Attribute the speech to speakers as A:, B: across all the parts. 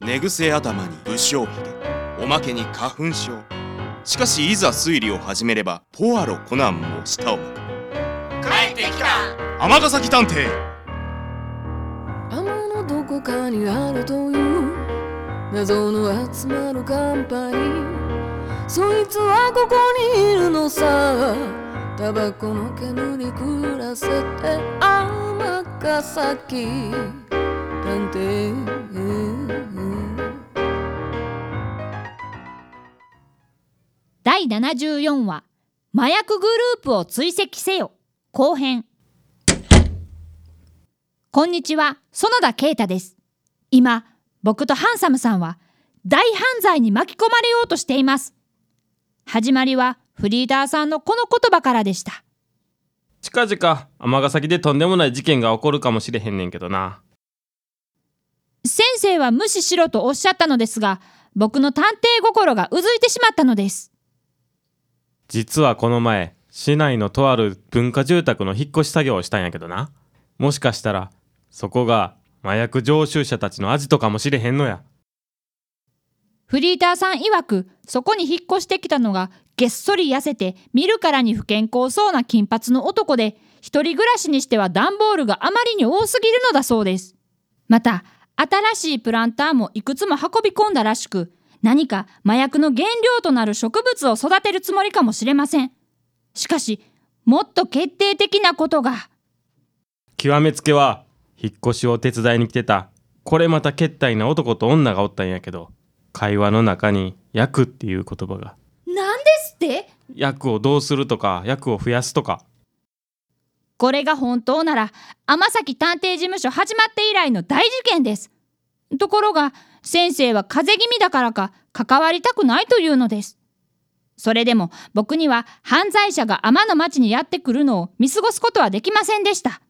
A: 寝癖頭に不祥髭おまけに花粉症しかしいざ推理を始めればポアロコナンも舌を巻く
B: 帰ってきた
A: 尼崎探偵
C: 天のどこかにあるという謎の集まるカンパニーそいつはここにいるのさタバコの煙に暮らせて天ヶ崎探偵
D: 第74話麻薬グループを追跡せよ後編こんにちは園田啓太です今僕とハンサムさんは大犯罪に巻き込まれようとしています始まりはフリーダーさんのこの言葉からでした
E: 近々尼崎でとんでもない事件が起こるかもしれへんねんけどな
D: 先生は無視しろとおっしゃったのですが僕の探偵心がうずいてしまったのです
E: 実はこの前市内のとある文化住宅の引っ越し作業をしたんやけどなもしかしたらそこが麻薬常習者たちのアジトかもしれへんのや
D: フリーターさん曰くそこに引っ越してきたのがげっそり痩せて見るからに不健康そうな金髪の男で一人暮らしにしては段ボールがあまりに多すぎるのだそうですまた新しいプランターもいくつも運び込んだらしく何か麻薬の原料となる植物を育てるつもりかもしれませんしかしもっと決定的なことが
E: 極めつけは引っ越しを手伝いに来てたこれまたけったいな男と女がおったんやけど会話の中に「薬」っていう言葉が
D: なんですって
E: 薬をどうするとか薬を増やすとか
D: これが本当なら天崎探偵事務所始まって以来の大事件ですところが先生は風邪気味だからか関わりたくないというのですそれでも僕には犯罪者が天の町にやってくるのを見過ごすことはできませんでした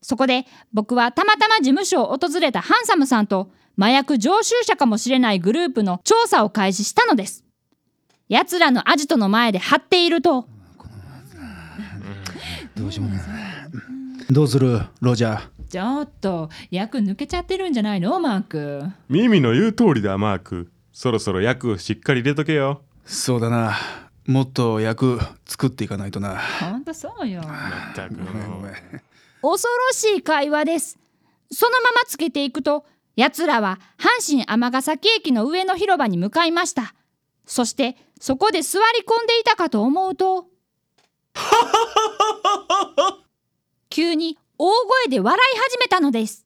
D: そこで僕はたまたま事務所を訪れたハンサムさんと麻薬常習者かもしれないグループの調査を開始したのです奴らのアジトの前で張っていると
F: どうしようもないどうするロジャー
G: ちょっと役抜けちゃってるんじゃないのマーク
E: 耳の言う通りだマークそろそろ薬しっかり入れとけよ
F: そうだなもっと役作っていかないとな
G: ほんとそうよ
E: ったく
F: ごめんごめん
D: 恐ろしい会話ですそのままつけていくと奴らは阪神尼崎駅の上の広場に向かいましたそしてそこで座り込んでいたかと思うと急に大声で笑い始めたのです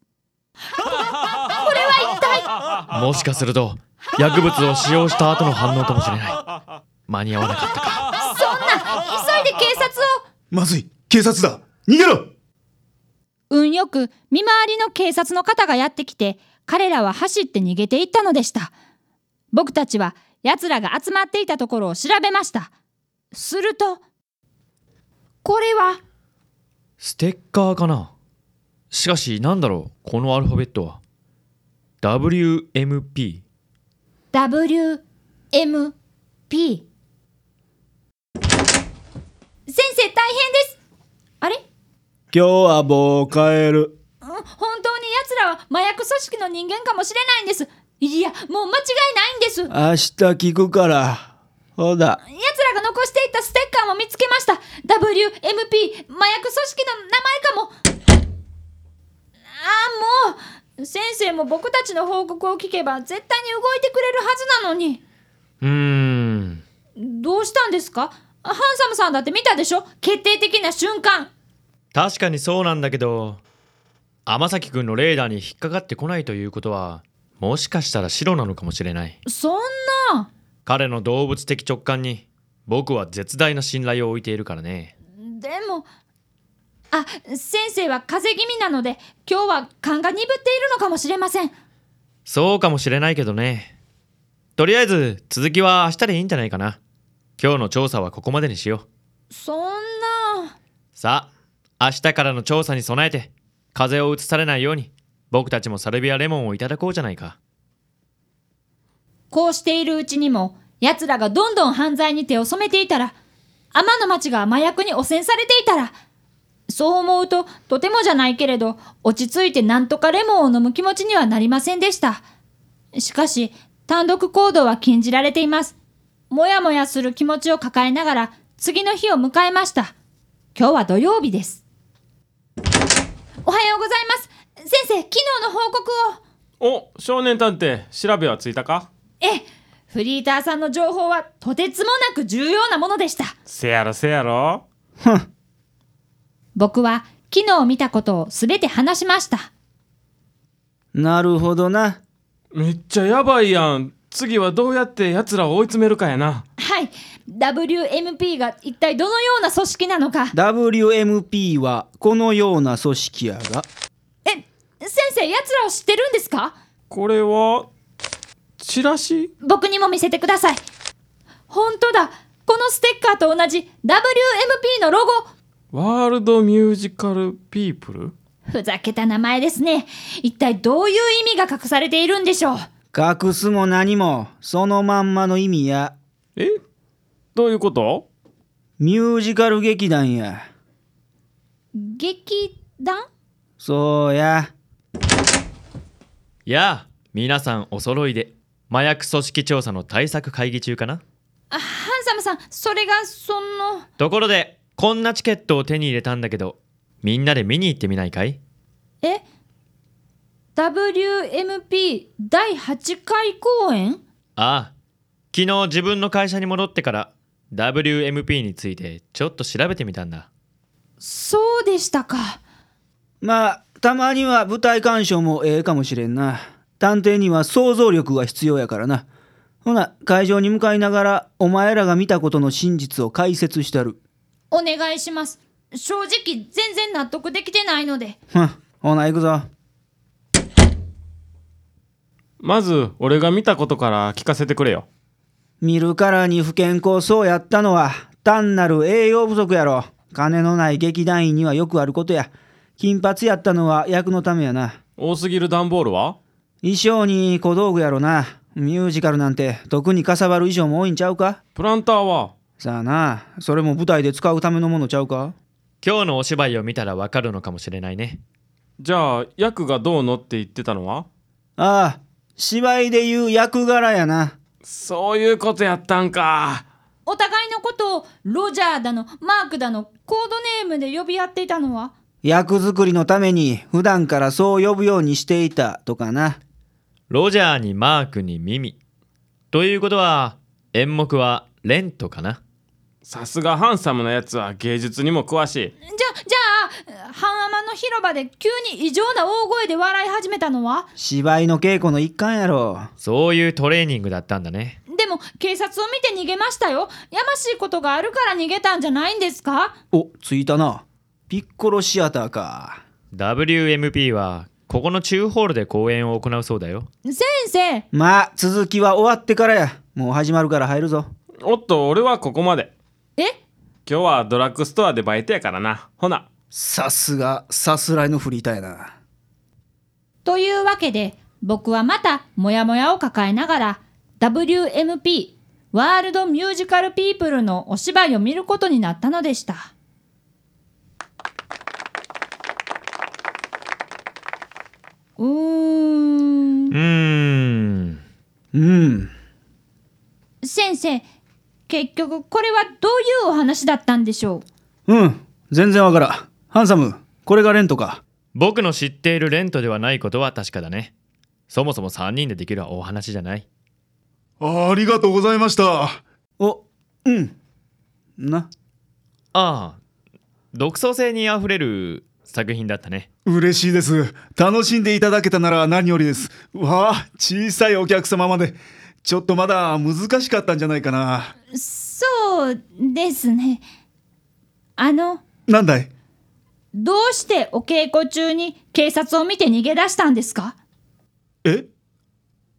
E: これは一体
H: もしかすると薬物を使用した後の反応かもしれない間に合わなかったか
D: そんな急いで警察を
F: まずい警察だ逃げろ
D: 運よく見回りの警察の方がやってきて彼らは走って逃げていったのでした僕たちは奴らが集まっていたところを調べましたするとこれは
H: ステッカーかなしかしなんだろうこのアルファベットは WMP
D: WMP 先生大変ですあれ
I: 今日はもう帰る
D: うん本当に奴らは麻薬組織の人間かもしれないんですいやもう間違いないんです
I: 明日聞くからほら
D: 奴らが残していったステッカーも見つけました WMP 麻薬組織の名前かもああもう先生も僕たちの報告を聞けば絶対に動いてくれるはずなのに
H: うーん
D: どうしたんですかハンサムさんだって見たでしょ決定的な瞬間
H: 確かにそうなんだけど天崎くんのレーダーに引っかかってこないということはもしかしたら白なのかもしれない
D: そんな
H: 彼の動物的直感に僕は絶大な信頼を置いているからね
D: でもあ先生は風邪気味なので今日は勘が鈍っているのかもしれません
H: そうかもしれないけどねとりあえず続きは明日でいいんじゃないかな今日の調査はここまでにしよう
D: そんな
H: さあ明日からの調査に備えて風邪をうつされないように僕たちもサルビアレモンをいただこうじゃないか
D: こうしているうちにも、奴らがどんどん犯罪に手を染めていたら、天の町が麻薬に汚染されていたら、そう思うと、とてもじゃないけれど、落ち着いてなんとかレモンを飲む気持ちにはなりませんでした。しかし単独行動は禁じられていますもやもやする気持ちを抱えながら次の日を迎えました今日は土曜日ですおはようございます先生昨日の報告を
E: お少年探偵調べはついたか
D: ええフリーターさんの情報はとてつもなく重要なものでした
E: せやろせやろ
D: 僕は昨日見たことを全て話しました
I: なるほどな。
E: めっちゃやばいやん次はどうやって奴らを追い詰めるかやな
D: はい WMP が一体どのような組織なのか
I: WMP はこのような組織やが。
D: え先生奴らを知ってるんですか
E: これはチラシ
D: 僕にも見せてください本当だこのステッカーと同じ WMP のロゴ
E: ワールドミュージカルピープル
D: ふざけた名前ですね一体どういう意味が隠されているんでしょう
I: 隠すも何も、そのまんまの意味や。
E: えどういうこと
I: ミュージカル劇団や。
D: 劇団
I: そうや。
H: やあ皆さんお揃いで麻薬組織調査の対策会議中かな
D: あハンサムさんそれがその
H: ところでこんなチケットを手に入れたんだけどみんなで見に行ってみないかい
D: え WMP 第8回公演
H: ああ昨日自分の会社に戻ってから WMP についてちょっと調べてみたんだ
D: そうでしたか
I: まあ、たまには舞台鑑賞もええかもしれんな。探偵には想像力が必要やからな。ほな、会場に向かいながら、お前らが見たことの真実を解説したる。
D: お願いします正直全然納得できてないので
I: ふん、ほな、行くぞ。
E: まず俺が見たことから聞かせてくれよ
I: 見るからに不健康そうやったのは単なる栄養不足やろ金のない劇団員にはよくあることや金髪やったのは役のためやな
E: 多すぎる段ボールは
I: 衣装に小道具やろなミュージカルなんて特にかさばる衣装も多いんちゃうか
E: プランターは
I: さあなそれも舞台で使うためのものちゃうか
H: 今日のお芝居を見たらわかるのかもしれないね
E: じゃあ役がどうのって言ってたのは
I: ああ芝居で言う役柄やな
E: そういうことやったんか
D: お互いのことをロジャーだのマークだのコードネームで呼び合っていたのは
I: 役作りのために普段からそう呼ぶようにしていたとかな
H: ロジャーにマークにミミということは演目はレントかな
E: さすがハンサムなやつは芸術にも詳しい
D: じゃじゃあ半アマの広場で急に異常な大声で笑い始めたのは
I: 芝居の稽古の一環やろ
H: そういうトレーニングだったんだね
D: でも警察を見て逃げましたよやましいことがあるから逃げたんじゃないんですか
I: お着いたなピッコロシアターか
H: WMP はここの中ホールで公演を行うそうだよ
D: 先生
I: まあ続きは終わってからやもう始まるから入るぞ
E: おっと俺はここまで
D: え
E: 今日はドラッグストアでバイトやからなほな
I: さすがさすらいのフリーターやな
D: というわけで僕はまたモヤモヤを抱えながら WMP ワールドミュージカルピープルのお芝居を見ることになったのでしたうーん
H: うーん
I: うん
D: 先生結局これはどういうお話だったんでしょ
I: うん全然わからんハンサムこれがレントか
H: 僕の知っているレントではないことは確かだねそもそも3人でできるお話じゃない
J: ありがとうございました。
I: おうんな
H: ああ独創性にあふれる作品だったね
J: 嬉しいです。楽しんでいただけたなら何よりです。わあ、小さいお客様まで。ちょっとまだ難しかったんじゃないかな。
D: うそうですねあの
J: なんだい
D: どうしてお稽古中に警察を見て逃げ出したんですか
J: え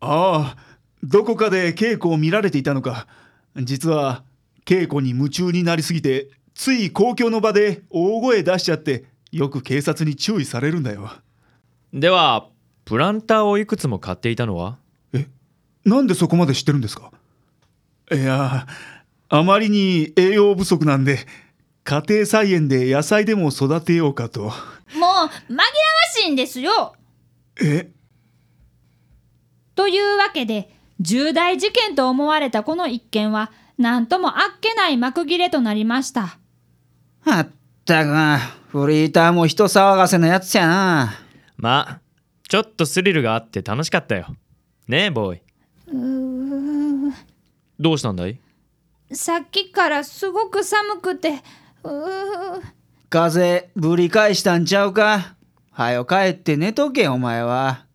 J: ああ、どこかで稽古を見られていたのか。実は、稽古に夢中になりすぎて、つい公共の場で大声出しちゃって、よく警察に注意されるんだよ。
H: ではプランターをいくつも買っていたのは
J: なんでそこまで知ってるんですかいやあまりに栄養不足なんで家庭菜園で野菜でも育てようかと
D: もう紛らわしいんですよ
J: え
D: というわけで重大事件と思われたこの一件は何ともあっけない幕切れとなりました
I: まったくフリーターも人騒がせなやつやな
H: まあちょっとスリルがあって楽しかったよねえボーイどうしたんだい
D: さっきからすごく寒くてうー
I: 風ぶり返したんちゃうかはよ帰って寝とけお前は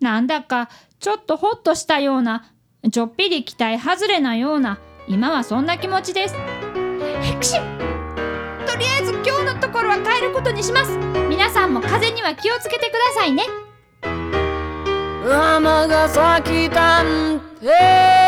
D: なんだかちょっとホッとしたようなちょっぴり期待外れなような今はそんな気持ちですヘクシュとりあえず今日のところは帰ることにします皆さんも風には気をつけてくださいね
C: 天が咲き探偵